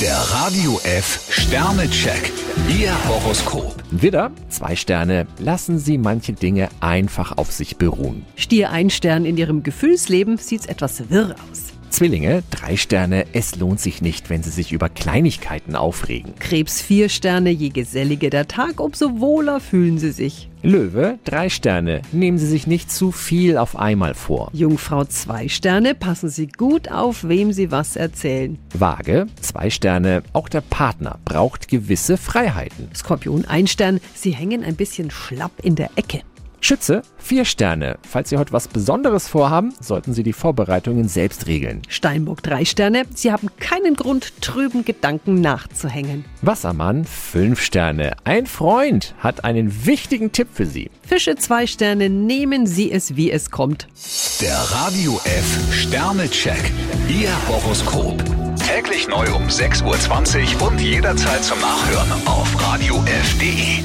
Der Radio F Sternecheck. Ihr Horoskop. Widder, zwei Sterne, lassen Sie manche Dinge einfach auf sich beruhen. Stier ein Stern in ihrem Gefühlsleben sieht's etwas wirr aus. Zwillinge, drei Sterne, es lohnt sich nicht, wenn Sie sich über Kleinigkeiten aufregen. Krebs vier Sterne, je geselliger der Tag, umso wohler fühlen sie sich. Löwe, drei Sterne, nehmen Sie sich nicht zu viel auf einmal vor. Jungfrau zwei Sterne, passen Sie gut auf, wem Sie was erzählen. Waage, zwei Sterne, auch der Partner braucht gewisse Freiheiten. Skorpion ein Stern, Sie hängen ein bisschen schlapp in der Ecke. Schütze, vier Sterne, falls Sie heute was Besonderes vorhaben, sollten Sie die Vorbereitungen selbst regeln. Steinbock drei Sterne, Sie haben keinen Grund, trüben Gedanken nachzuhängen. Wassermann, fünf Sterne, ein Freund hat einen wichtigen Tipp für Sie. Fische zwei Sterne, nehmen Sie es, wie es kommt. Der Radio F Sternecheck. Ihr Horoskop. Täglich neu um 6.20 Uhr und jederzeit zum Nachhören auf Radio E. radiof.de.